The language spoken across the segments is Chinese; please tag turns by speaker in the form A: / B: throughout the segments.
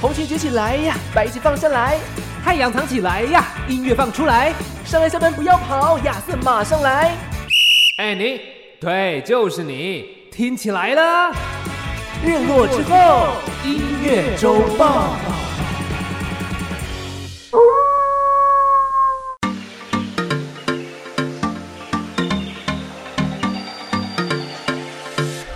A: 红裙举起来呀，白旗放下来，
B: 太阳藏起来呀，音乐放出来。
A: 上来下班不要跑，亚瑟马上来。
B: 哎，你，对，就是你，听起来了。
A: 日落之后，
B: 音乐周报。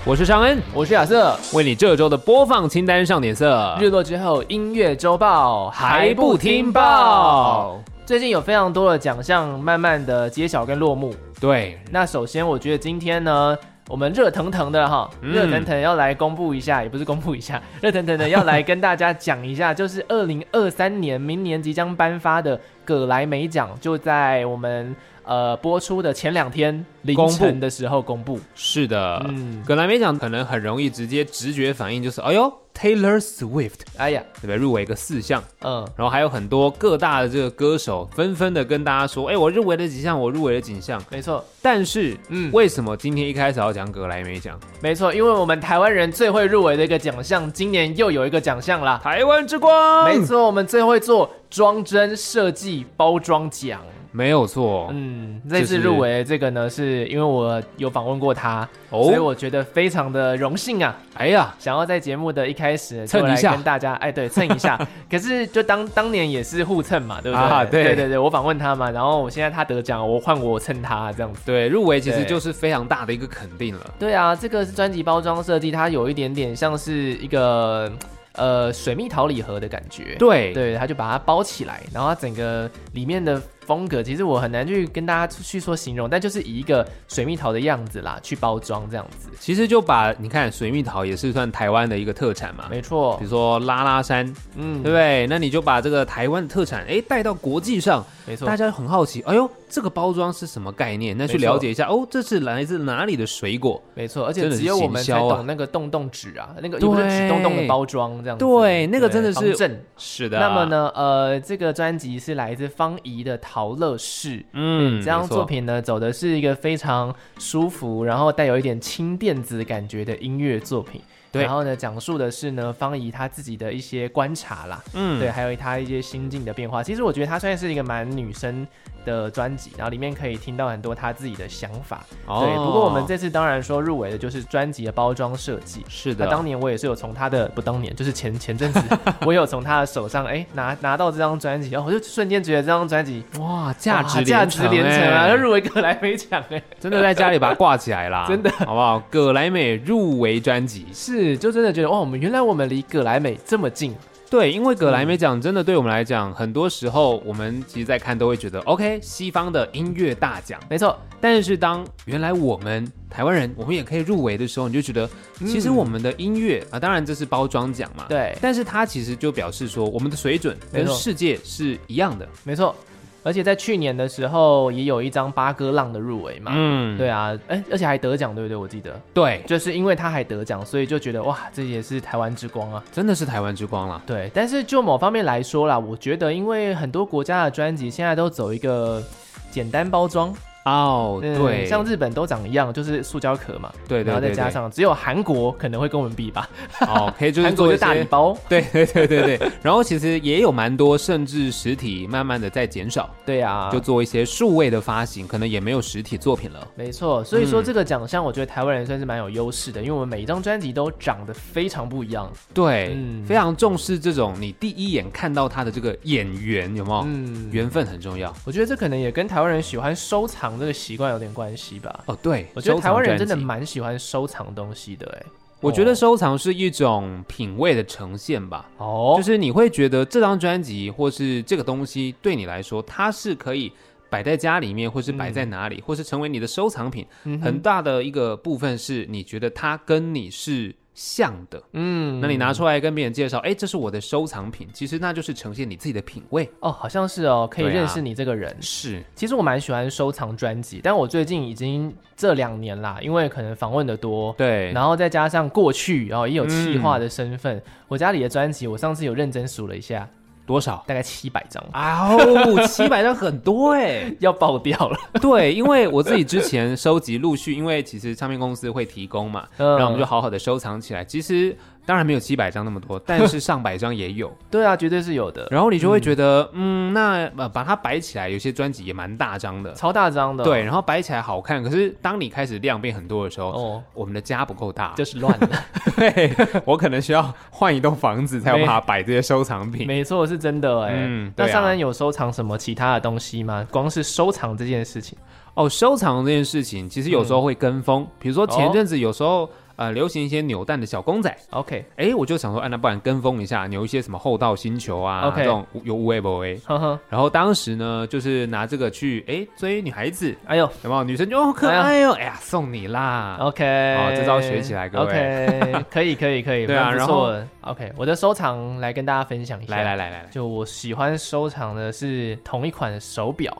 B: 我是尚恩，
A: 我是亚瑟。
B: 为你这周的播放清单上点色。
A: 日落之后，音乐周报
B: 还不听报？
A: 最近有非常多的奖项慢慢的揭晓跟落幕。
B: 对，
A: 那首先，我觉得今天呢，我们热腾腾的哈，
B: 嗯
A: 热腾腾要来公布一下，也不是公布一下， 热腾腾的要来跟大家讲一下，就是二零二三年明年即将颁发的葛莱美奖，就在我们呃播出的前两天凌
B: 公布呃
A: 晨的时候公布。
B: 是的。
A: 嗯，
B: 葛莱美奖可能很容易直接直觉反应就是，哎呦，Taylor Swift
A: 哎呀，
B: 对不对？入围个四项，
A: 嗯，
B: 然后还有很多各大的这个歌手纷纷的跟大家说，哎，我入围了几项，我入围了几项。
A: 没错，
B: 但是，
A: 嗯，
B: 为什么今天一开始要讲葛莱美奖？
A: 没错，因为我们台湾人最会入围的一个奖项，今年又有一个奖项啦。
B: 台湾之光，
A: 没，错，我们最会做装帧设计包装奖。
B: 没有错。
A: 嗯，这次入围这个呢，是因为我有访问过他，所以
B: 哦，
A: 我觉得非常的荣幸啊，
B: 哎呀，
A: 想要在节目的一开始
B: 蹭
A: 就来
B: 一下
A: 跟大家哎对蹭一 下，可是就当当年也是互蹭嘛，对不对？
B: 啊对
A: 对对对，我访问他嘛，然后我现在他得奖，我换我蹭他这样子。
B: 对，入围其实
A: 对
B: 就是非常大的一个肯定了。
A: 对啊，这个是专辑包装设计，它有一点点像是一个呃水蜜桃礼盒的感觉。
B: 对，
A: 对，他就把它包起来，然后它整个里面的风格，其实我很难去跟大家去说形容，但就是以一个水蜜桃的样子啦去包装这样子，
B: 其实就把你看水蜜桃也是算台湾的一个特产嘛，
A: 没错
B: 比，如说拉拉山，
A: 嗯
B: 对不，对？那你就把这个台湾特产哎带到国际上，
A: 没错
B: 大，家很好奇，哎呦，这个包装是什么概念？那去
A: 没错
B: 了解一下哦，这是来自哪里的水果？
A: 没错，而且
B: 真的
A: 只
B: 是
A: 有我
B: 行
A: 们才
B: 销啊
A: 懂那个洞洞纸啊，那个又不是纸
B: 对
A: 洞洞的包装这样子，
B: 对那个真的
A: 防
B: 是啊
A: 震
B: 是的
A: 那么？呢，呃，这个专辑是来自方怡的《陶乐士》。
B: 嗯，
A: 这张
B: 没错
A: 作品呢，走的是一个非常舒服，然后带有一点轻电子感觉的音乐作品。
B: 对
A: 然后呢，讲述的是呢方怡她自己的一些观察啦，
B: 嗯
A: 对，还有她一些心境的变化。其实我觉得她算是一个蛮女生的专辑，然后里面可以听到很多她自己的想法。
B: 哦
A: 对，不过我们这次当然说入围的就是专辑的包装设计。
B: 是
A: 那
B: 的，
A: 当年我也是有从她的不当年，就是前前阵子，我也有从她的手上哎、拿拿到这张专辑，然后我就瞬间觉得这张专辑
B: 哇，价值
A: 哇价值连城啊，
B: 哎
A: 要入围葛莱美奖哎、
B: 真的在家里把它挂起来 啦，
A: 真的
B: 好不好？葛莱美入围专辑，
A: 是就真的觉得哇，我们原来我们离葛莱美这么近，
B: 对，因为葛莱
A: 嗯
B: 美奖真的对我们来讲，很多时候我们其实在看都会觉得，OK，西方的音乐大奖，
A: 没错，
B: 但是当原来我们台湾人，我们也可以入围的时候，你就觉得，其实我们的音乐、啊，当然这是包装奖嘛，，
A: 嗯对，
B: 但是它其实就表示说，我们的水准
A: 没
B: 跟
A: 错
B: 世界是一样的，
A: 没错。而且在去年的时候也有一张八哥浪的入围嘛，
B: 嗯，
A: 对啊，哎、而且还得奖，对不对？我记得
B: 对，
A: 就是因为他还得奖，所以就觉得哇，这也是台湾之光啊。
B: 真的是台湾之光啦。
A: 对，但是就某方面来说啦，我觉得因为很多国家的专辑现在都走一个简单包装，
B: 哦，
A: 嗯
B: 对，
A: 像日本都长一样，就是塑胶壳嘛，
B: 对对对
A: 然后再加
B: 对
A: 上只有韩国可能会跟我们比吧，
B: 哦，可以就是
A: 韩国
B: 做
A: 就
B: 一
A: 大礼
B: 些，
A: 包，
B: 对对对对对。然后其实也有蛮多，甚至实体慢慢的在减少，
A: 对啊，
B: 就做一些数位的发行，可能也没有实体作品了。
A: 没错，所以说
B: 嗯
A: 这个奖项，我觉得台湾人算是蛮有优势的，因为我们每一张专辑都长得非常不一样。
B: 对，
A: 嗯
B: 非常重视这种你第一眼看到他的这个眼缘，有没有？
A: 嗯，
B: 缘分很重要
A: 我觉得这可能也跟台湾人喜欢收藏这个习惯有点关系吧。
B: 哦。对，
A: 我觉得
B: 收藏
A: 台湾人真的
B: 专辑，
A: 蛮喜欢收藏东西的、哎，
B: 我觉得收藏是一种品味的呈现吧。
A: 哦，
B: 就是是你会觉得这张专辑或是这个东西对你来说，它是可以摆在家里面，或是摆在哪
A: 嗯
B: 里，或是成为你的收藏品。很大的一个部分是你觉得它跟你是像的，
A: 嗯
B: 那你拿出来跟别人介绍，哎，这是我的收藏品，其实那就是呈现你自己的品味。
A: 哦，好像是哦，可以
B: 对啊
A: 认识你这个人。
B: 是，
A: 其实我蛮喜欢收藏专辑，但我最近已经这两年啦，因为可能访问的多，
B: 对，嗯
A: 然后再加上过去，然、后也有企划的身份，我家里的专辑，我上次有认真数了一下，
B: 多少？
A: 大概七百张，
B: 啊 哦，七百张很 多哎、
A: 要爆掉了。
B: 对，因为我自己之前收集陆续，因为其实唱片公司会提供嘛，
A: 嗯
B: 然后我们就好好的收藏起来。其实当然没有七百张那么多，但是上百张也 有。
A: 对啊，绝对是有的，
B: 然后你就会觉得，嗯，那呃把它摆起来，有些专辑也蛮大张的，
A: 超大张的，
B: 对，，然后摆起来好看。可是当你开始量变很多的时候，
A: 哦，
B: 我们的家不够大，
A: 就是乱 了，
B: 对我可能需要换一栋房子才有办法摆这些收藏品。
A: 没错，是真的哎、
B: 嗯
A: 那
B: 对啊
A: 上恩有收藏什么其他的东西吗？光是收藏这件事情，
B: 哦，收藏这件事情其实有时候会跟风，比如说前阵子有时候、呃流行一些扭蛋的小公仔。
A: OK，
B: 哎，我就想说，哎、那不然跟风一下，扭一些什么厚道星球啊
A: OK
B: 这种有无为不为。
A: 呵呵，
B: 然后当时呢，就是拿这个去哎追女孩子，
A: 哎呦
B: 有没有？女生就哦可爱哦，哎呀送你啦。
A: ，OK，
B: 哦这招学起来各
A: o k 可以可以可以，
B: 对啊
A: 蛮不错的，OK，我的收藏来跟大家分享一下，
B: 来来来来来，
A: 就我喜欢收藏的是同一款手表，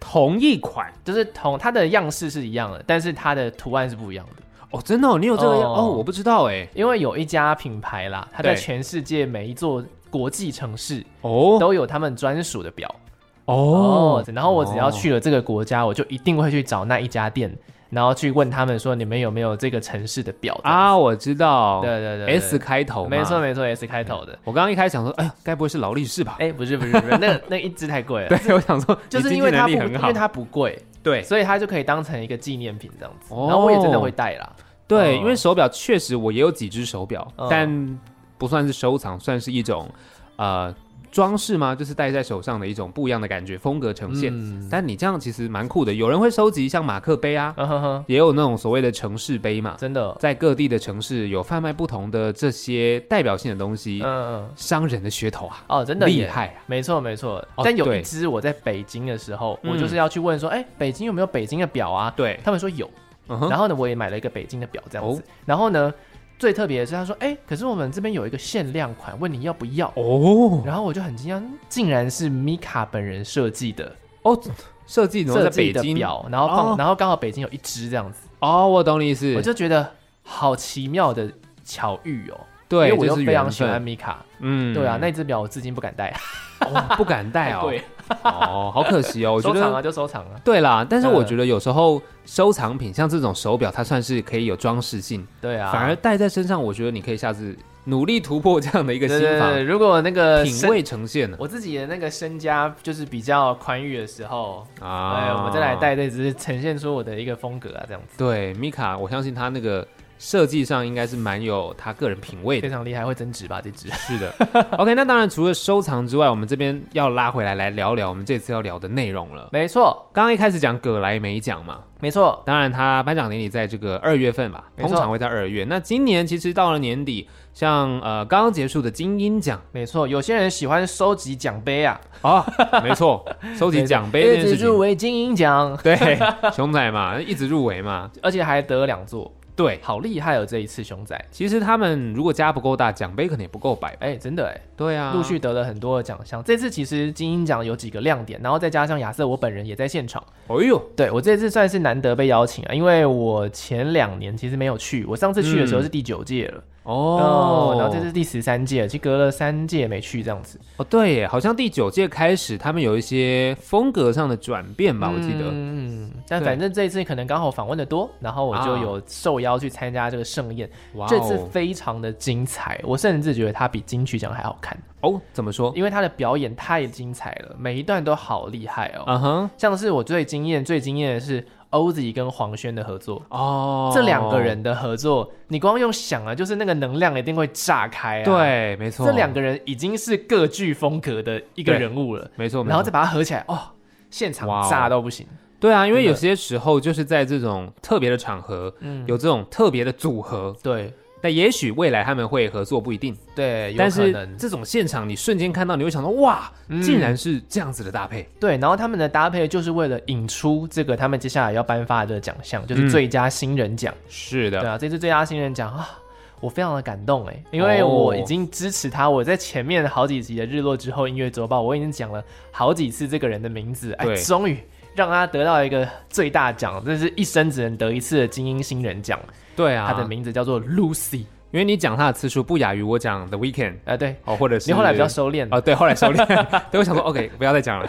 B: 同一款
A: 就是同它的样式是一样的，但是它的图案是不一样的。
B: 哦，真的、哦、你有这个
A: 哦
B: 哦我不知道哎
A: 因为有一家品牌啦，它在
B: 对
A: 全世界每一座国际城市
B: 哦
A: 都有他们专属的表
B: 哦
A: 哦。然后我只要
B: 哦
A: 去了这个国家，我就一定会去找那一家店，然后去问他们说你们有没有这个城市的表啊？
B: 啊，我知道，
A: 对对对对
B: S 开头嘛，
A: 没错没错，S 开头的。
B: 我刚刚一开始想说，哎呀，该不会是劳力士吧？
A: 哎，不是不是不是，那那一只太贵了。
B: 对，我想说，
A: 就是
B: 啊
A: 因
B: 你经
A: 为
B: 济
A: 它不，
B: 能力
A: 因
B: 很好
A: 为，它不贵，
B: 对
A: 所以它就可以当成一个纪念品这样子。
B: 哦
A: 然后我也真的会戴啦。
B: 对，
A: 哦
B: 因为手表确实我也有几只手表
A: 嗯，
B: 但不算是收藏，算是一种呃装饰吗？就是戴在手上的一种不一样的感觉，风格呈现。
A: 嗯，
B: 但你这样其实蛮酷的，有人会收集像马克杯啊，
A: 嗯哼哼，
B: 也有那种所谓的城市杯嘛，
A: 真的，
B: 在各地的城市有贩卖不同的这些代表性的东
A: 嗯
B: 西，
A: 嗯，
B: 商人的噱头啊，
A: 哦，真的
B: 厉
A: 耶
B: 害啊！
A: 没错没错，
B: 哦
A: 但有一
B: 对
A: 只我在北京的时候，
B: 嗯
A: 我就是要去问说，哎、北京有没有北京的表啊？
B: 对，
A: 他们说有，
B: 嗯哼，
A: 然后呢，我也买了一个北京的表这样子。
B: 哦
A: 然后呢，最特别的是他说，哎、可是我们这边有一个限量款，问你要不要？
B: 哦
A: 然后我就很惊讶，嗯竟然是米卡本人设计的
B: 哦，设计然后
A: 设
B: 在
A: 计
B: 北
A: 的
B: 京
A: 表，然后放，
B: 哦
A: 然后刚好北京有一只这样子，
B: 哦，我懂你意思，
A: 我就觉得好奇妙的巧遇哦。
B: 对，
A: 因为我
B: 就
A: 又
B: 是
A: 非常
B: 缘
A: 喜欢
B: 分，
A: 米卡，
B: 嗯
A: 对啊，那只表我至今不敢戴，
B: 哦不敢戴
A: 太
B: 哦
A: 贵，，
B: 哦，好可惜哦，我觉
A: 收藏啊
B: 得。
A: 就收藏啊，
B: 对啦，但是我
A: 嗯
B: 觉得有时候收藏品像这种手表，它算是可以有装饰性，
A: 对啊，
B: 反而戴在身上，我觉得你可以下次努力突破这样的一个
A: 对
B: 心
A: 对对，
B: 法，
A: 如果那个
B: 品
A: 身，
B: 味呈现呢
A: 我自己的那个身家就是比较宽裕的时候，哎，
B: 啊。
A: 我再来。带，这只是呈现出我的一个风格啊，这样子
B: 对，米卡，我相信他那个设计上应该是蛮有他个人品味的
A: 非。常厉害，会增值吧？这只
B: 是的 ，OK，那当然除了收藏之外，我们这边要拉回来来聊聊我们这次要聊的内容了。
A: 没错，
B: 刚刚一开始讲葛莱美奖嘛，
A: 没错，
B: 当然，他颁奖典礼在这个二月份吧，
A: 没错
B: 通常会在二月。那今年其实到了年底，像呃刚刚结束的金鹰奖
A: 没错。有些人喜欢收集奖杯啊，
B: 啊， 没错，收集奖杯这
A: 一
B: 件
A: 直
B: 事
A: 入
B: 情，
A: 围金鹰奖，
B: 对，熊仔嘛，一直入围嘛，
A: 而且还得了两座，
B: 对。
A: 好厉害哦！这一次熊仔，
B: 其实他们如果家不够大，奖杯可能也不够摆吧。
A: 哎，真的哎。
B: 对啊，
A: 陆续得了很多的奖项，这次其实金鹰奖有几个亮点，然后再加上亚瑟，我本人也在现场，
B: 哎呦，
A: 对我这次算是难得被邀请啊，因为我前两年其实没有去，我上次去的时候是第九届了，
B: 嗯
A: 嗯
B: 哦，
A: 然后这是第十三届，就隔了三届没去这样子。
B: 哦，对耶，好像第九届开始，他们有一些风格上的转变吧，我记得。
A: 嗯，但反正这一次可能刚好访问的多，然后我就
B: 啊
A: 有受邀去参加这个盛宴，
B: 哇哦
A: 这次非常的精彩，我甚至觉得它比金曲奖还好看，
B: 哦，怎么说？
A: 因为它的表演太精彩了，每一段都好厉害哦。
B: 嗯哼，
A: 像是我最惊艳、最惊艳的是 OZ 跟黄轩的合作，
B: 哦，
A: 这两个人的合作，你光用想啊，就是那个能量一定会炸开啊。，
B: 对，没错，
A: 这两个人已经是各具风格的一个
B: 对
A: 人物了，
B: 没错，没
A: 然后
B: 错
A: 再把它合起来，哦，现场
B: 哇哦
A: 炸到不行。
B: 对啊，因为
A: 真的
B: 有些时候就是在这种特别的场合，
A: 嗯，
B: 有这种特别的组合，
A: 对
B: 但也许未来他们会合作不一定，
A: 对，有
B: 但
A: 可
B: 是
A: 能
B: 这种现场你瞬间看到，你会想到哇，
A: 嗯
B: 竟然是这样子的搭配，
A: 对。然后他们的搭配就是为了引出这个他们接下来要颁发的奖项，就是
B: 嗯
A: 最佳新人奖。
B: 是
A: 对
B: 的，
A: 啊，这次最佳新人奖啊，我非常的感动哎，因为
B: 哦
A: 我已经支持他，我在前面好几集的《日落之后音乐周报》，我已经讲了好几次这个人的名字，哎，
B: 对
A: 终于让他得到一个最大奖，这是一生只能得一次的精英新人奖，
B: 对
A: 他
B: 啊，
A: 的名字叫做 Lucy，
B: 因为你讲他的次数不亚于我讲 The Weekend
A: 哎、对
B: 哦，或者是啊
A: 你后来比较收敛，
B: 哦，对，后来收敛，对我想说 OK，不要再讲了，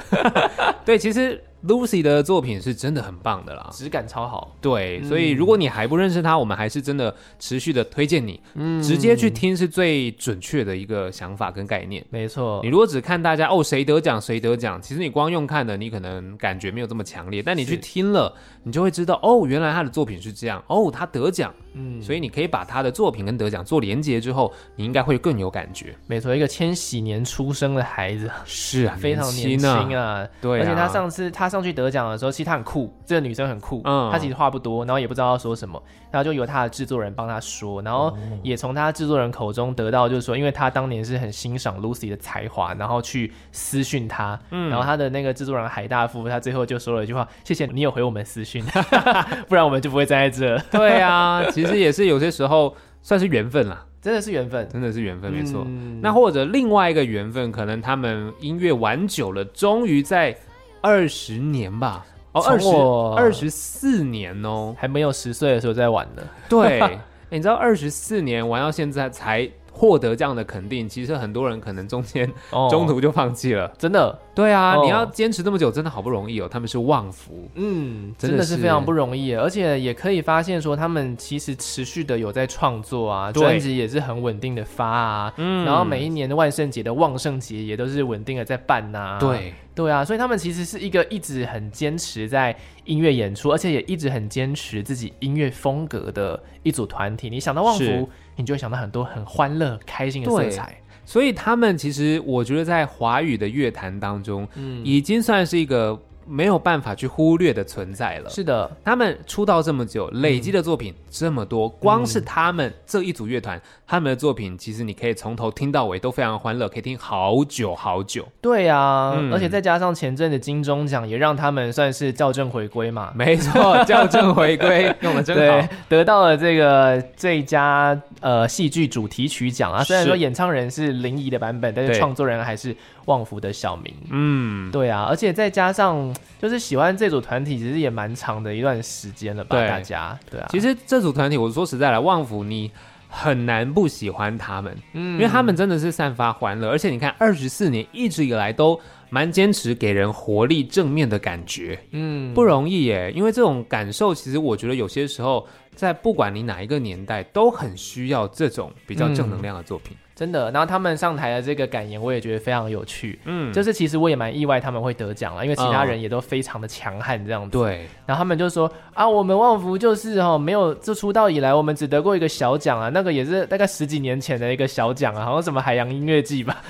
B: 对，其实。 Lucy 的作品是真的很棒的啦。
A: 质感超好，
B: 对，所
A: 嗯
B: 以如果你还不认识他，我们还是真的持续的推荐你，
A: 嗯
B: 直接去听是最准确的一个想法跟概念。
A: 没错
B: 你，如果只看大家哦谁得奖谁得奖，其实你光用看的，你可能感觉没有这么强烈，但你去
A: 是
B: 听了，你就会知道哦，原来他的作品是这样，哦，他得奖，
A: 嗯，
B: 所以你可以把他的作品跟得奖做连接之后，你应该会更有感觉。
A: 没错，一个千禧年出生的孩子，
B: 是啊，
A: 非常年
B: 轻
A: 轻
B: 啊，
A: 啊。
B: 对啊，
A: 而且她上次她上去得奖的时候，其实她很酷，这个女生很酷，
B: 嗯
A: 她其实话不多，然后也不知道要说什么，然后就由她的制作人帮她说，然
B: 哦
A: 后也从她制作人口中得到，就是说，因为她当年是很欣赏 Lucy 的才华，然后去私讯她，
B: 嗯
A: 然后她的那个制作人海大夫，他最后就说了一句话：“谢谢你有回我们私讯， 不然我们就不会站在这。
B: 对啊，其实也是有些时候算是缘分啦，”
A: 真的是缘分，
B: 真的是缘分，没错。
A: 嗯
B: 那或者另外一个缘分，可能他们音乐玩久了，终于在二十年吧，哦，二十
A: 从我
B: 二十四年哦，
A: 还没有十岁的时候在玩呢。
B: 对，诶你知道二十四年玩到现在才获得这样的肯定，其实很多人可能中间
A: 哦
B: 中途就放弃了。
A: 真的，
B: 对啊，
A: 哦
B: 你要坚持这么久，真的好不容易哦。他们是旺福，
A: 嗯，
B: 真
A: 真
B: 的
A: 的是
B: 是
A: 非常不容易耶，而且也可以发现说，他们其实持续的有在创作啊，
B: 对
A: 专辑也是很稳定的发啊，
B: 嗯
A: 然后每一年的万圣节的旺盛节也都是稳定的在办呐、
B: 对
A: 对啊，所以他们其实是一个一直很坚持在音乐演出，而且也一直很坚持自己音乐风格的一组团体。你想到旺
B: 是
A: 福，你就会想到很多很欢乐、开心的色
B: 对
A: 彩。
B: 所以他们其实我觉得在华语的乐坛当中，
A: 嗯，
B: 已经算是一个没有办法去忽略的存在了。
A: 是的，
B: 他们出道这么久，累积的作品嗯这么多，光是他们这一组乐团，他们的作品其实你可以从头听到尾都非常欢乐，可以听好久好久。
A: 对啊，
B: 嗯
A: 而且再加上前阵的金钟奖，也让他们算是校正回归嘛。
B: 没错，校正回归用的真
A: 对
B: 好。，
A: 得到了这个最佳呃戏剧主题曲奖啊。虽然
B: 是
A: 说演唱人是林怡的版本，但是
B: 对
A: 创作人还是旺福的小明。
B: 嗯，
A: 对啊，而且再加上就是喜欢这组团体，其实也蛮长的一段时间了吧？
B: 对
A: 大家对啊，
B: 其实这组团体，我说实在来，旺福你很难不喜欢他们，因为他们真的是散发欢乐，而且你看二十四年一直以来都蛮坚持，给人活力正面的感觉。
A: 嗯
B: 不容易耶，因为这种感受，其实我觉得有些时候，在不管你哪一个年代，都很需要这种比较
A: 嗯
B: 正能量的作品。
A: 真的。然后他们上台的这个感言，我也觉得非常有趣。
B: 嗯，
A: 就是其实我也蛮意外他们会得奖了，因为其他人也都非常的强悍这样子。
B: 对，
A: 然后他们就说啊，我们旺福就是哦，没有自出道以来，我们只得过一个小奖啊，那个也是大概十几年前的一个小奖啊，好像什么海洋音乐季吧，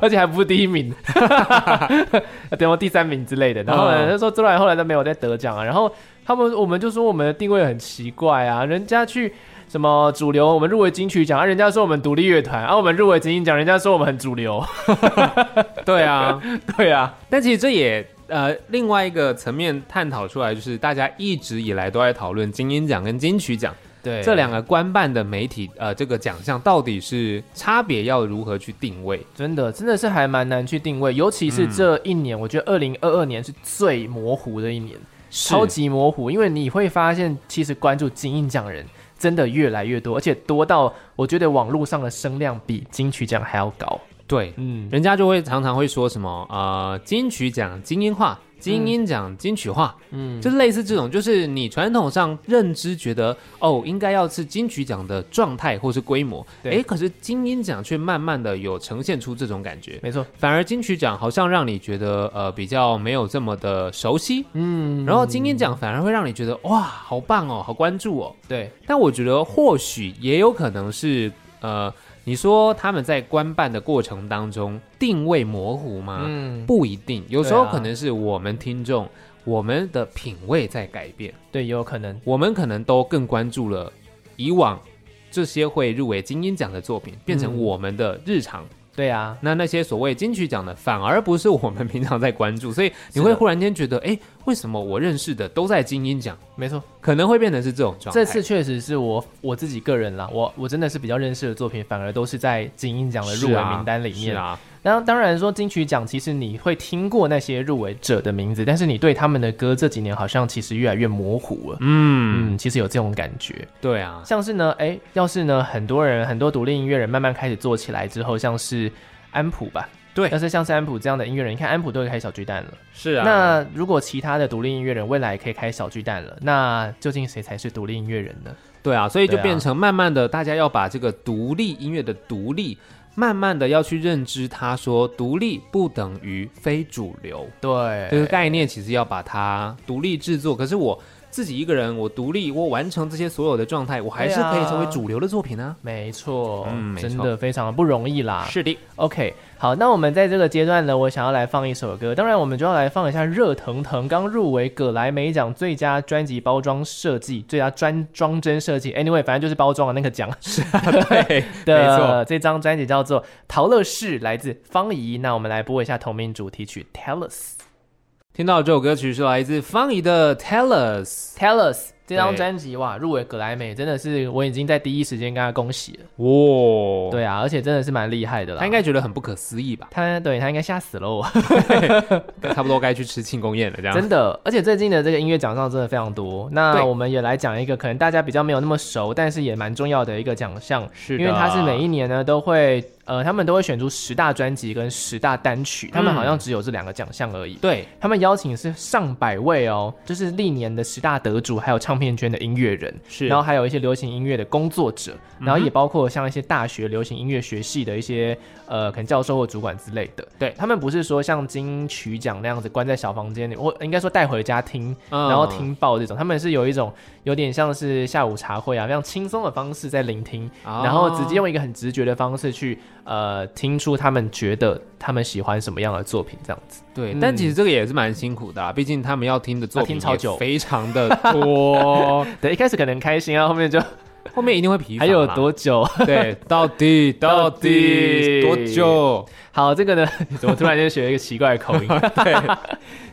A: 而且还不是第一名，等我第三名之类的。然后呢，
B: 嗯
A: 就说周然后来都没有再得奖啊，然后他们我们就说我们的定位很奇怪啊，人家去。什么主流？我们入围金曲奖，啊，人家说我们独立乐团，啊，我们入围金鹰奖，人家说我们很主流。
B: 对啊。
A: 对啊，
B: 但其实这也呃，另外一个层面探讨出来，就是大家一直以来都在讨论金鹰奖跟金曲奖
A: 对
B: 这两个官办的媒体呃，这个奖项到底是差别要如何去定位？
A: 真的，真的是还蛮难去定位，尤其
B: 嗯
A: 是这一年，我觉得二零二二年是最模糊的一年，超
B: 是
A: 级模糊，因为你会发现，其实关注金鹰奖人真的越来越多，而且多到我觉得网络上的声量比金曲奖还要高。
B: 对，
A: 嗯，
B: 人家就会常常会说什么呃，金曲奖精英化，金鹰奖金曲化，嗯，就是类似这种，就是你传统上认知觉得哦，应该要是金曲奖的状态或是规模，
A: 对
B: 诶，可是金鹰奖却慢慢的有呈现出这种感觉，
A: 没错，
B: 反而金曲奖好像让你觉得呃比较没有这么的熟悉，嗯，然后金鹰奖反而会让你觉得哇，好棒哦，好关注哦，
A: 对，
B: 但我觉得或许也有可能是呃，你说他们在官办的过程当中定位模糊吗？
A: 嗯，
B: 不一定，有时候
A: 对啊
B: 可能是我们听众。我们的品味在改变，
A: 对，也有可能，
B: 我们可能都更关注了以往这些会入围金鹰奖的作品，变成
A: 嗯
B: 我们的日常。
A: 对啊，
B: 那那些所谓金曲奖的，反而不是我们平常在关注，所以你
A: 是
B: 会
A: 的
B: 忽然间觉得，哎，为什么我认识的都在金鹰奖？
A: 没错，
B: 可能会变成是这种状态。
A: 这次确实是我我自己个人啦，我我真的是比较认识的作品，反而都是在金鹰奖的入围
B: 是啊
A: 名单里面
B: 是啊，
A: 当当然说金曲奖，其实你会听过那些入围者的名字，但是你对他们的歌这几年好像其实越来越模糊了。
B: 嗯，
A: 嗯，其实有这种感觉，
B: 对啊，
A: 像是呢，哎，要是呢，很多人很多独立音乐人慢慢开始做起来之后，像是安普吧，
B: 对
A: 但是像是安普这样的音乐人，你看安普都可以开小巨蛋了。
B: 是啊，
A: 那如果其他的独立音乐人未来也可以开小巨蛋了，那究竟谁才是独立音乐人呢？
B: 对啊，所以就
A: 对啊
B: 变成慢慢的，大家要把这个独立音乐的独立，慢慢的要去认知它，说独立不等于非主流，这个
A: 对，
B: 概念其实要把它独立制作。可是我自己一个人，我独立，我完成这些所有的状态，我还是
A: 对啊
B: 可以成为主流的作品啊。
A: 没错，
B: 嗯没错
A: 真的非常不容易啦。
B: 是的，
A: OK，好，那我们在这个阶段呢，我想要来放一首歌，当然我们就要来放一下热腾腾刚入围葛莱美奖最佳专辑包装设计、最佳专装帧设计，anyway，反正就是包装的那个奖
B: 对， 没错
A: 的这张专辑叫做《陶乐士》，来自方怡。那我们来播一下同名主题曲《Tell Us
B: 听到这首歌曲是来自方怡的《Tell Us》，
A: Tell Us》这张
B: 对
A: 专辑哇，入围葛莱美真的是我已经在第一时间跟他恭喜了。
B: 哇，
A: 对啊，而且真的是蛮厉害的啦。
B: 他应该觉得很不可思 议吧？
A: 他对他应该吓死了我。
B: 差不多该去吃庆功宴了，这样。
A: 真的，而且最近的这个音乐奖项真的非常多。那
B: 啊对
A: 我们也来讲一个可能大家比较没有那么熟，但是也蛮重要的一个奖项，
B: 是的啊
A: 因为它是每一年呢都会，呃，他们都会选出十大专辑跟十大单曲，他们
B: 嗯
A: 好像只有这两个奖项而已。
B: 对，
A: 他们邀请是上百位哦，就是历年的十大得主，还有唱片圈的音乐人，
B: 是
A: 然后还有一些流行音乐的工作者，然后也包括像一些大学流行音乐学系的一些呃，可能教授或主管之类的。
B: 对
A: 他们不是说像金曲奖那样子关在小房间里，我应该说带回家听，
B: 嗯
A: 然后听报这种，他们是有一种有点像是下午茶会啊，非常轻松的方式在聆听，
B: 哦
A: 然后直接用一个很直觉的方式去呃听出他们觉得他们喜欢什么样的作品这样子。
B: 对，
A: 嗯
B: 但其实这个也是蛮辛苦的、啊，毕竟他们要听的作
A: 要
B: 品
A: 听超
B: 也
A: 久
B: 非常的多，
A: 对，一开始可能很开心啊，后面就
B: 后面一定会疲乏。
A: 还有？多久？
B: 对，到底到
A: 到
B: 底
A: 底
B: 多久？
A: 好，这个呢，怎么突然间学一个奇怪的口音？
B: 对，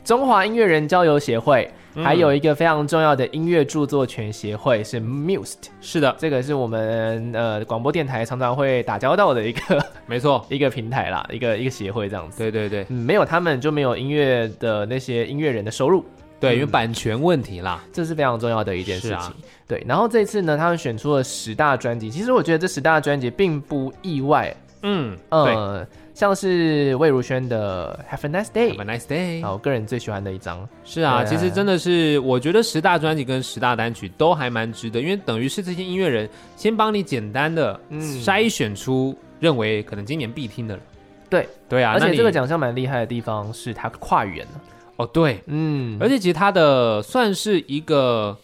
A: 中华音乐人交流协会，
B: 嗯
A: 还有一个非常重要的音乐著作权协会是 Mused，
B: 是的，
A: 这个是我们呃广播电台常常会打交道的一个，
B: 没错
A: 一个平台啦，一个一个协会这样子。
B: 对对对
A: 嗯，没有他们就没有音乐的那些音乐人的收入，
B: 对，因为版权问题啦，
A: 这是非常重要的一件事
B: 是
A: 情。
B: 啊
A: 对，然后这次呢，他们选出了十大专辑，其实我觉得这十大专辑并不意外，
B: 嗯，对
A: 呃，像是魏如萱的《Have a Nice
B: ，Have a
A: Day》，
B: nice day
A: 啊，。我个人最喜欢的一张。
B: 是
A: 对
B: 啊，
A: 啊
B: 其实真的是，我觉得十大专辑跟十大单曲都还蛮值得，因为等于是这些音乐人先帮你简单的
A: 嗯
B: 筛选出认为可能今年必听的人。
A: 对
B: 对啊，
A: 而
B: 那
A: 且
B: 你
A: 这个奖项蛮厉害的地方是它跨语言的，
B: 哦，对，
A: 嗯，
B: 而且其实它的算是一个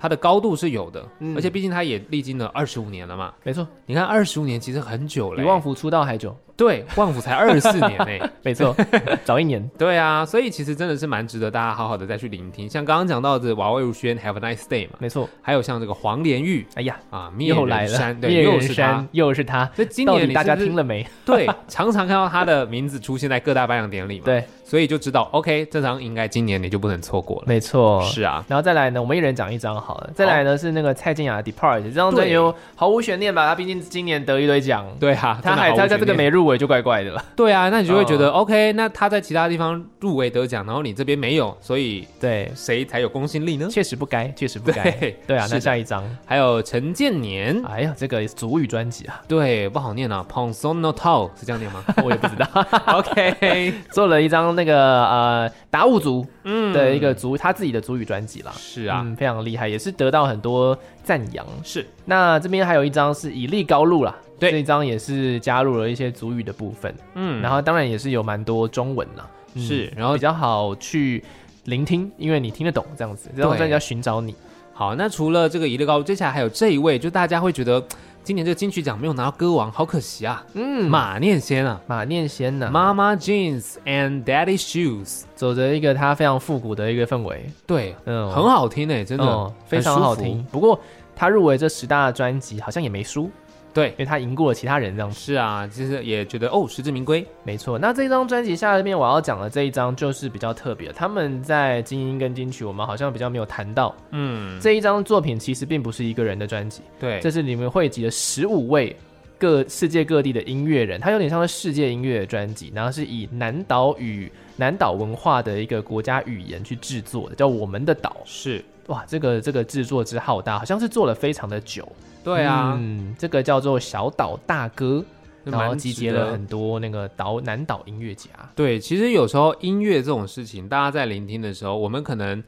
B: 它的高度是有的，
A: 嗯
B: 而且毕竟它也历经了二十五年了嘛。
A: 没错，
B: 你看二十五年其实很久
A: 比
B: 了、
A: 旺福出道还久，
B: 对旺福才二十四年呢、
A: 没 错，早一年，
B: 对啊，所以其实真的是蛮值得大家好好的再去聆听。像刚刚讲到的瓦魏如萱《Have a Nice Day》嘛，
A: 没错。
B: 还有像这个黄连玉
A: 哎呀，
B: 啊，灭
A: 又
B: 人
A: 来了
B: 山，，对，
A: 叶
B: 又
A: 人
B: 是他
A: 山。又是他，
B: 所以今
A: 到
B: 年
A: 底
B: 你
A: 大家
B: 是不是
A: 听了没？
B: 对， 常常看到他的名字出现在各大颁奖典礼嘛，，
A: 对，
B: 所以就知道 OK，这张应该今年你就不能错过了。
A: 没错。
B: 是啊，
A: 然后再来呢，我们一人讲一张好了。再来呢是那个蔡健雅的《Depart》这张专辑
B: 对
A: 我毫无悬念吧，他毕竟今年得一堆奖，
B: 对啊，
A: 他还
B: 在
A: 他在这个没入围就怪怪的了。
B: 对啊，那你就会觉得、
A: 嗯
B: OK，那他在其他地方入围得奖，然后你这边没有，所以
A: 对，
B: 谁才有公信力呢？
A: 确实不该，确实不该。
B: 对
A: 对啊，
B: 是
A: 那
B: 的
A: 下一张，
B: 还有陈建年，
A: 哎呀，这个主语专辑啊，
B: 对，不好念啊 p o n s o n o t o 是这样念吗
A: 我也不知道。
B: ？OK，
A: 做了一张那个呃达悟族
B: 嗯
A: 的一个族、他自己的族语专辑啦，
B: 是啊，
A: 嗯，非常厉害，也是得到很多赞扬。
B: 是
A: 那这边还有一张是以利高路啦，
B: 对
A: 这一张也是加入了一些族语的部分，
B: 嗯，
A: 然后当然也是有蛮多中文啦，嗯
B: 是，然后
A: 比较好去聆听，因为你听得懂这样子，这张专辑要寻找你，
B: 好，那除了这个一乐高，接下来还有这一位，就大家会觉得今年这个金曲奖没有拿到歌王，好可惜啊，
A: 嗯，马
B: 马念先啊。
A: 马念先呢、
B: Mama Jeans and Daddy Shoes，
A: 走着一个他非常复古的一个氛围，
B: 对，
A: 嗯，
B: 很好听欸诶，真的、
A: 嗯非
B: 很
A: 常
B: 舒
A: 好
B: 服
A: 听。。不过他入围这十大专辑好像也没输，
B: 对
A: 因，为他赢过了其他人这样子。
B: 是啊，其实也觉得哦，实至名归。
A: 没错，那这张专辑下面我要讲的这一张就是比较特别，他们在精英跟金曲，我们好像比较没有谈到、
B: 嗯，
A: 这一张作品，其实并不是一个人的专辑，
B: 对，
A: 这是里面汇集了十五位。各世界各地的音乐人，它有点像是世界音乐专辑，然后是以南岛语、南岛文化的一个国家语言去制作的，叫《我们的岛》。
B: 是，
A: 哇，这个这个制作之浩大，好像是做了非常的久。嗯
B: 对啊，
A: 嗯，这个叫做小岛大哥，
B: 就
A: 然后
B: 蛮
A: 集
B: 值
A: 结
B: 得
A: 了很多那个岛南岛音乐家。
B: 对，其实有时候音乐这种事情，大家在聆听的时候，我们可能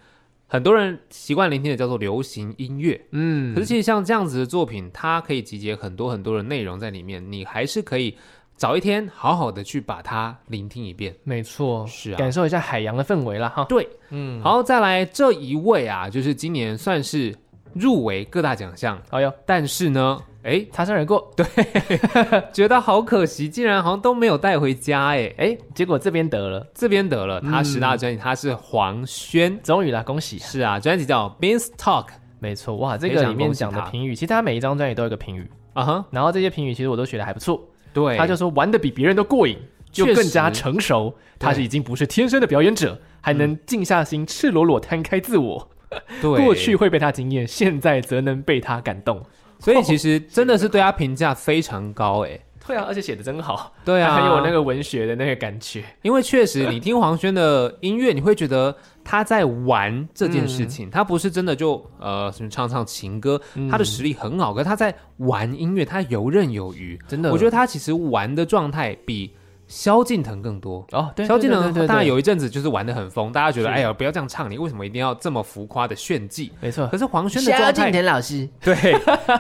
B: 很多人习惯聆听的叫做流行音乐，
A: 嗯，
B: 可是其实像这样子的作品，它可以集结很多很多的内容在里面，你还是可以找一天好好的去把它聆听一遍。
A: 没错，
B: 是啊
A: 感受一下海洋的氛围了哈。
B: 对，
A: 嗯，
B: 好，再来这一位啊，就是今年算是入围各大奖项，
A: 好哟，
B: 但是呢，哎，
A: 擦身而过。
B: 觉得好可惜，竟然好像都没有带回家，哎，
A: 哎，结果这边得了，
B: 这边得了，他十大专辑，他是黄轩。
A: 终于啦，恭喜！
B: 是啊，专辑叫《Beanstalk》
A: 没错，哇，这
B: 非
A: 个
B: 常
A: 里面
B: 恭喜
A: 讲的
B: 他
A: 评语，其实他每一张专辑都有一个评语，
B: 啊哈，
A: 然后这些评语其实我都学的还不错。
B: 对，
A: 他就说玩的比别人都过瘾，就
B: 确
A: 更加
B: 实
A: 成熟。他是已经不是天生的表演者，还能静下心，赤裸裸摊开自我。
B: 对
A: 过去，会被他惊艳，现在则能被他感动。
B: 所以其实真的是对他评价非常高 哎。
A: 对啊，而且写的真好，
B: 对啊，
A: 还有那，个文学的那个感觉。
B: 因为确实你听黄轩的音乐，你会觉得他在玩这件事情，他不是真的就
A: 嗯
B: 呃什么唱唱情歌，他的实力很好，可是他在玩音乐，他游刃有余。
A: 真的
B: 我觉得他其实玩的状态比萧敬腾更多。
A: 哦，对，
B: 萧敬
A: 对
B: 腾
A: 对对
B: 当然
A: 对
B: 有一阵子就是玩的很疯，大家觉得
A: 是
B: 哎呀不要这样唱，你为什么一定要这么浮夸的炫技？
A: 没错
B: 可。是黄轩的状态
A: 腾老师，
B: 对，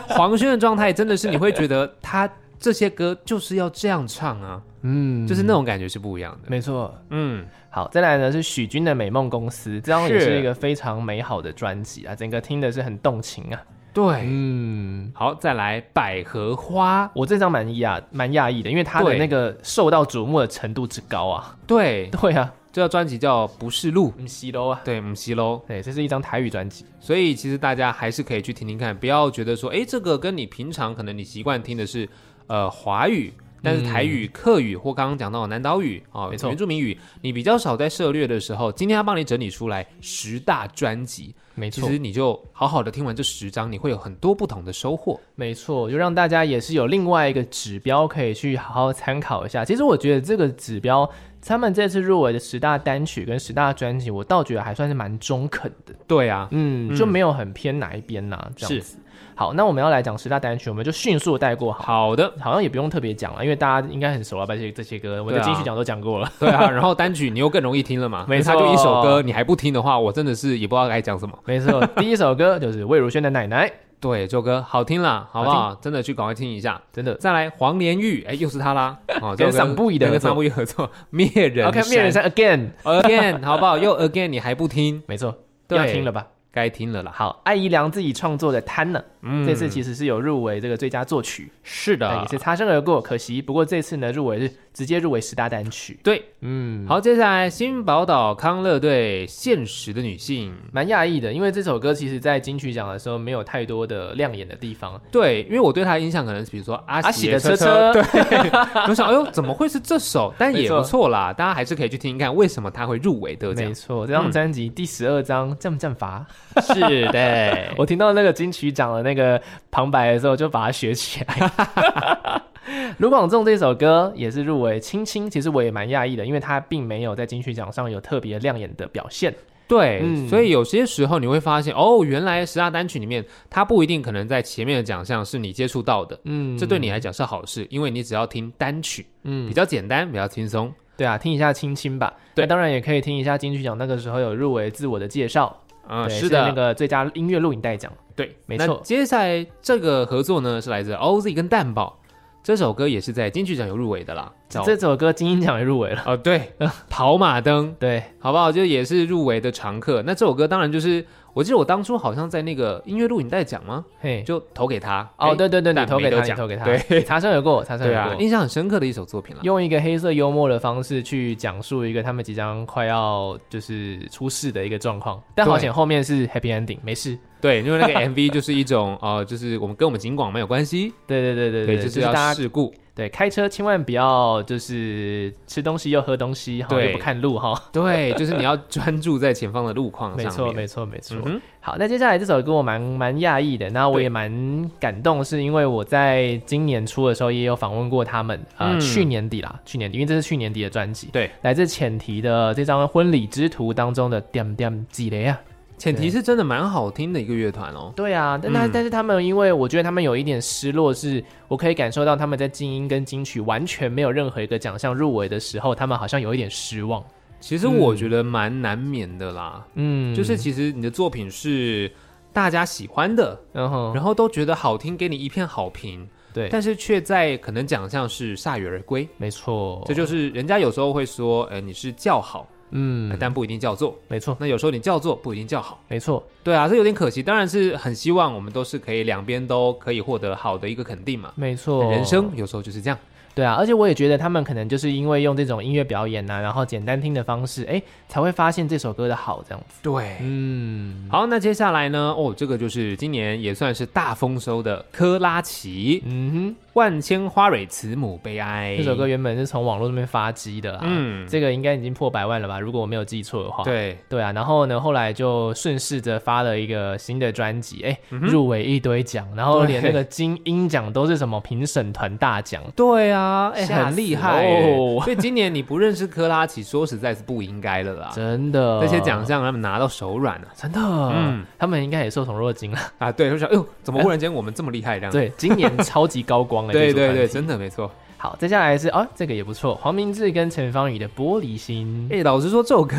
B: 黄轩的状态真的是你会觉得他这些歌就是要这样唱啊，
A: 嗯，
B: 就是那种感觉是不一样的。
A: 没错。
B: 嗯，
A: 好，再来呢是许君的《美梦公司》，这张也
B: 是
A: 是一个非常美好的专辑啊，整个听的是很动情啊。
B: 对。
A: 嗯，
B: 好，再来百合花，
A: 我这张蛮讶蛮讶异的，因为他的
B: 对
A: 那个受到瞩目的程度之高啊。
B: 对，
A: 对啊，
B: 这张专辑叫《不是路》，
A: 嗯，西楼啊。
B: 对，母西喽。
A: 对，这是一张台语专辑，
B: 所以其实大家还是可以去听听看，不要觉得说，哎，这个跟你平常可能你习惯听的是，呃，华语。但是台语、客语或刚刚讲到的南岛语啊，哦
A: 没错
B: 原住民语，你比较少在涉略的时候，今天他帮你整理出来十大专辑，
A: 没
B: 其
A: 错
B: 实，你就好好的听完这十章，你会有很多不同的收获。
A: 没错，就让大家也是有另外一个指标可以去好好参考一下。其实我觉得这个指标，他们这次入围的十大单曲跟十大专辑，我倒觉得还算是蛮中肯的，
B: 对啊，
A: 嗯，就没有很偏哪一边呐、这样子。好，那我们要来讲十大单曲，我们就迅速带过好。
B: 好的，
A: 好像也不用特别讲了，因为大家应该很熟了吧？这些这些歌，我们
B: 对
A: 在
B: 啊
A: 金曲奖都讲过了。
B: 对啊。然后单曲你又更容易听了嘛，
A: 没错
B: 他就一首歌，你还不听的话，我真的是也不知道该讲什么。
A: 没错， 第一首歌就是魏如萱的《奶奶》，
B: 对，这首歌好听啦，好不好？真的去赶快听一下。
A: 真的。
B: 再来黄连玉，哎，又是他 啦，哦，
A: 跟
B: 这首歌
A: 桑布伊的合
B: 跟
A: 作
B: 桑布伊合作， 灭人
A: OK，灭人
B: 山
A: 山 Again，
B: again，好不好？又 again，你还不听，
A: 没错，
B: 对
A: 要听了吧？
B: 该听了啦。
A: 好，艾怡良自己创作的《贪》呢，
B: 嗯
A: 这次其实是有入围这个最佳作曲，
B: 是
A: 但
B: 的
A: 也，是擦身而过，可惜。不过这次呢，入围是直接入围十大单曲，
B: 对。
A: 嗯，
B: 好，接下来新宝岛康乐队《现实的女性》。
A: 蛮讶异的，因为这首歌其实在金曲奖的时候没有太多的亮眼的地方。
B: 对，因为我对他的印象可能是比如说阿
A: 阿
B: 喜
A: 喜的车车，
B: 车，对，我想，哎呦，怎么会是 这首？但
A: 没
B: 也
A: 错
B: 不错啦，大家还是可以去听听看，为什么他会入围得奖
A: 没。错，这张专辑第十二张《降降罚》，
B: 嗯是的
A: 我听到那个金曲奖的那个旁白的时候，就把它学起来。 卢广仲这首歌也是入围青青，其实我也蛮讶异的，因为他并没有在金曲奖上有特别亮眼的表现。
B: 对，
A: 嗯
B: 所以有些时候你会发现，哦，原来十大单曲里面，它不一定可能在前面的奖项是你接触到的，
A: 嗯，
B: 这对你来讲是好事，因为你只要听单曲，
A: 嗯
B: 比较简单，比较轻松。
A: 对啊，听一下青青吧。
B: 对
A: 那当然也可以听一下金曲奖那个时候有入围自我的介绍，
B: 啊、
A: 对
B: 是
A: 那
B: 的，
A: 个最佳音乐录影带奖。
B: 对，
A: 没错
B: 那接下来这个合作呢，是来自 OZ 跟蛋宝，这首歌也是在金曲奖有入围的啦。叫
A: 这首歌金鹰奖也入围了。
B: 哦， 对，跑马灯，
A: 对，
B: 好不好？就也是入围的常客。那这首歌当然就是，我记得我当初好像在那个音乐录影带奖吗？
A: 嘿，
B: 就投给他。
A: 哦，
B: 哎，
A: 对对对，你
B: 但
A: 投给
B: 没得
A: 他，你
B: 奖
A: 投给他，
B: 对
A: 擦身而过，擦身
B: 对
A: 而
B: 啊
A: 过，。
B: 印象很深刻的一首作品了。
A: 用一个黑色幽默的方式去讲述一个他们即将快要就是出事的一个状况，但好险后面是 happy ending，没事。
B: 对，因为那个 MV 就是一种呃，就是我们跟我们景广没有关系，
A: 对对对对
B: 对，
A: 对，
B: 就是
A: 大
B: 要
A: 家
B: 事故。
A: 对开车千万不要就是吃东西又喝东西，哈，
B: 对
A: 又不看路哈。
B: 对，就是你要专注在前方的路况上
A: 没
B: 面。
A: 错没错没错
B: 嗯。哼
A: 好，那接下来这首歌我蛮蛮讶异的，那我
B: 对
A: 也蛮感动，是因为我在今年初的时候也有访问过他们，呃，
B: 嗯
A: 去年底啦，去年底，因为这是去年底的专辑，
B: 对，
A: 来自浅提的这张《婚礼之途》当中的点点几雷啊。
B: 前提是真的蛮好听的一个乐团哦。
A: 对啊，但但、
B: 嗯
A: 但是他们，因为我觉得他们有一点失落是，我可以感受到他们在金音跟金曲完全没有任何一个奖项入围的时候，他们好像有一点失望。
B: 其实我觉得蛮难免的啦，
A: 嗯，
B: 就是其实你的作品是大家喜欢的，
A: 然后
B: 然后都觉得好听，给你一片好评，
A: 嗯对，
B: 但是却在可能奖项是铩羽而归。
A: 没错，
B: 这就是人家有时候会说，呃，你是叫好，呃
A: 嗯，
B: 但不一定叫座。
A: 没错，
B: 那有时候你叫座不一定叫好，
A: 没错，
B: 对啊，这有点可惜。当然是很希望我们都是可以两边都可以获得好的一个肯定嘛。
A: 没错，
B: 人生有时候就是这样，
A: 对啊，而且我也觉得他们可能就是因为用这种音乐表演呐、啊然后简单听的方式，哎，才会发现这首歌的好这样子。
B: 对。
A: 嗯，
B: 好，那接下来呢？哦，这个就是今年也算是大丰收的科拉奇
A: 嗯
B: 《万千花蕊慈母悲哀
A: 哼，》这首歌，原本是从网络那边发迹的啊，
B: 嗯，
A: 这个应该已经破百万了吧？如果我没有记错的话。
B: 对，
A: 对啊，然后呢，后来就顺势着发了一个新的专辑，哎、
B: 嗯
A: 入围一堆奖，然后连那个金鹰奖都是什么评审团大奖，
B: 对啊，哎、
A: 吓
B: 很厉
A: 死
B: 害
A: 哦
B: 哦。所以今年你不认识科拉奇，说实在是不应该的啦。
A: 真的
B: 那啊些奖项他们拿到手软了
A: 真的，
B: 嗯
A: 他们应该也受宠若 惊了。
B: 啊，对，就想，哎呦，怎么忽然间我们这么厉害这样？
A: 对，今年超级高光哎、这
B: 对
A: 组
B: 对
A: 团
B: 对，
A: 体
B: 真的没错。
A: 好，接下来是哦，这个也不错，黄明志跟陈芳宇的《玻璃心》
B: 哎、老实说，这 首歌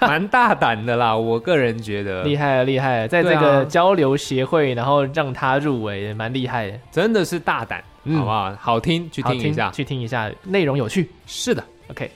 B: 蛮大胆的啦，我个人觉得
A: 厉害了，厉害了，在这
B: 对啊
A: 个交流协会，然后让他入围，蛮厉害的。
B: 真的是大胆，
A: 嗯
B: 好不好？好听，去
A: 好
B: 听一下。
A: 去听一下，内容有趣。
B: 是的。
A: OK，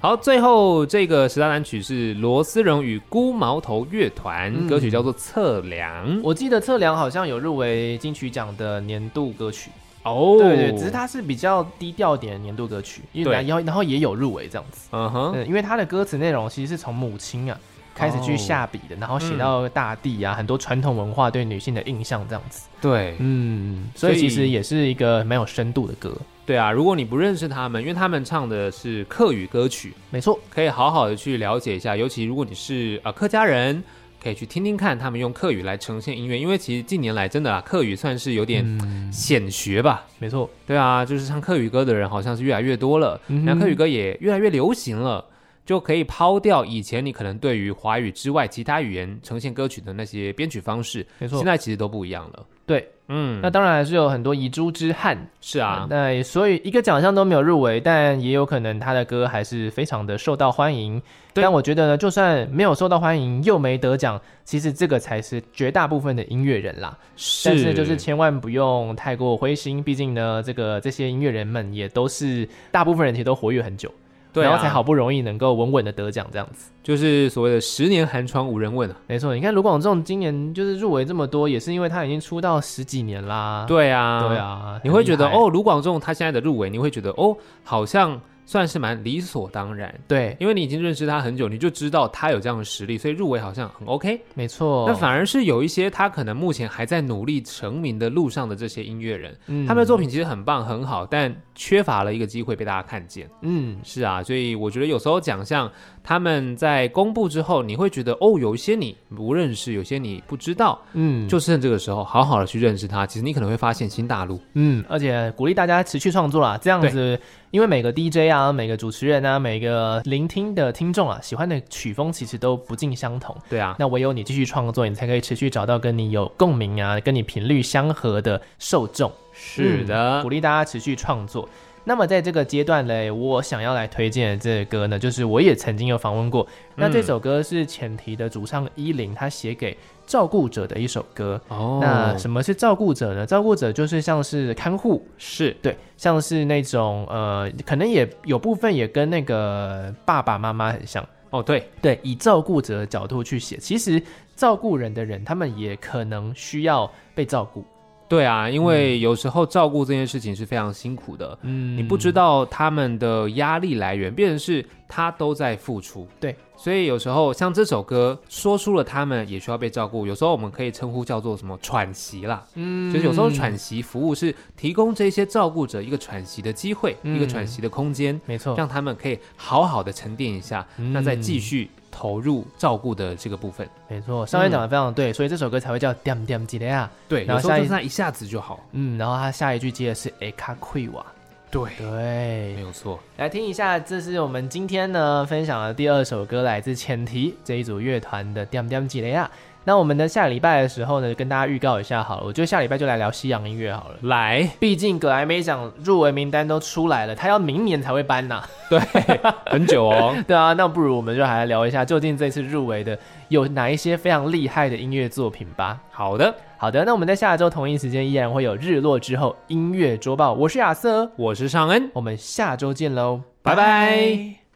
B: 好，最后这个十大单曲是罗思荣与孤毛头乐团，
A: 嗯
B: 歌曲叫做《测量》
A: 我记得测量好像有入围金曲奖的年度歌曲，
B: 哦
A: 对对，只是它是比较低调点的年度歌曲，因为
B: 对
A: 然后然后也有入围这样子。
B: 嗯哼，
A: 嗯，因为它的歌词内容其实是从母亲啊开始去
B: 哦
A: 下笔的，然后写
B: 嗯
A: 到大地啊，很多传统文化对女性的印象这样子。
B: 对
A: 嗯，所以
B: 所
A: 其
B: 以
A: 实也是一个蛮有深度的歌，
B: 对啊，如果你不认识他们，因为他们唱的是客语歌曲，
A: 没错，
B: 可以好好的去了解一下，尤其如果你是呃客家人，可以去听听看他们用客语来呈现音乐，因为其实近年来真的啊，客语算是有点
A: 嗯，
B: 显学吧。
A: 没错，
B: 对啊，就是唱客语歌的人好像是越来越多了，
A: 嗯哼
B: 那、客语歌也越来越流行了，就可以抛掉以前你可能对于华语之外其他语言呈现歌曲的那些编曲方式，
A: 没错
B: 现，在其实都不一样了。
A: 对，
B: 嗯，
A: 那当然还是有很多遗珠之憾
B: 是啊，
A: 那所以一个奖项都没有入围，但也有可能他的歌还是非常的受到欢迎。
B: 对
A: 但我觉得呢，就算没有受到欢迎，又没得奖，其实这个才是绝大部分的音乐人啦。
B: 是
A: 但是就是千万不用太过灰心，毕竟呢，这个这些音乐人们也都是大部分人其实都活跃很久，
B: 对、啊，
A: 然后才好，不容易能够稳稳的得奖这样子。
B: 就是所谓的十年寒窗无人问啊。
A: 没错，你看卢广仲今年就是入围这么多，也是因为他已经出道十几年啦。
B: 对啊，
A: 对，啊，
B: 你会觉得
A: 很厉害，
B: 哦，卢广仲他现在的入围，你会觉得哦，好像算是蛮理所当然。
A: 对，
B: 因为你已经认识他很久，你就知道他有这样的实力，所以入围好像很 OK。
A: 没错。
B: 那反而是有一些他可能目前还在努力成名的路上的这些音乐人，
A: 嗯
B: 他们的作，品其实很棒很好，但缺乏了一个机会被大家看见。
A: 嗯，
B: 是啊，所以我觉得有时候奖项他们在公布之后，你会觉得哦，有一些你不认识，有些你不知道，
A: 嗯，
B: 就趁这个时候好好的去认识他，其实你可能会发现新大陆。
A: 嗯，而且鼓励大家持续创作啦，这样子，因为每个 DJ 啊，每个主持人啊，每个聆听的听众啊，喜欢的曲风其实都不尽相同。
B: 对啊，
A: 那唯有你继续创作，你才可以持续找到跟你有共鸣啊，跟你频率相合的受众。
B: 是的，
A: 嗯鼓励大家持续创作。那么在这个阶段嘞，我想要来推荐的这个歌呢，就是我也曾经有访问过，那这首歌是前提的主唱依林他写给照顾者的一首歌。
B: 哦，
A: 那什么是照顾者呢？照顾者就是像是看护，
B: 是
A: 对，像是那种呃，可能也有部分也跟那个爸爸妈妈很像，
B: 哦，对，
A: 对，以照顾者的角度去写，其实照顾人的人，他们也可能需要被照顾，
B: 对啊，因为有时候照顾这件事情是非常辛苦的，
A: 嗯
B: 你不知道他们的压力来源，变成是他都在付出。
A: 对，
B: 所以有时候像这首歌说出了他们也需要被照顾，有时候我们可以称呼叫做什么喘息啦，
A: 嗯
B: 就是有时候喘息服务是提供这些照顾者一个喘息的机会，
A: 嗯
B: 一个喘息的空间，
A: 没错，
B: 让他们可以好好的沉淀一下，
A: 嗯
B: 那再继续投入照顾的这个部分。
A: 没错，上面讲的非常对，所以这首歌才会叫 “damn damn 吉雷亚”。
B: 对，
A: 然
B: 有
A: 后
B: 时候
A: 下一
B: 就是那一下子就好。
A: 哎嗯，然后他下一句接的是 “eka 溃瓦”，
B: 对，
A: 对
B: 没，有错。
A: 来听一下，这是我们今天呢分享的第二首歌，来自前提这一组乐团的《点点吉雷亚》。那我们呢下礼拜的时候呢，跟大家预告一下好了，我觉得下礼拜就来聊西洋音乐好了。
B: 来，
A: 毕竟格莱美奖入围名单都出来了，他要明年才会颁呐、
B: 很久哦。
A: 对啊，那不如我们就还来聊一下，究竟这次入围的有哪一些非常厉害的音乐作品吧。
B: 好的，
A: 好的，那我们在下周同一时间依然会有日落之后音乐周报，我是亚瑟，
B: 我是尚恩，
A: 我们下周见喽，
B: 拜拜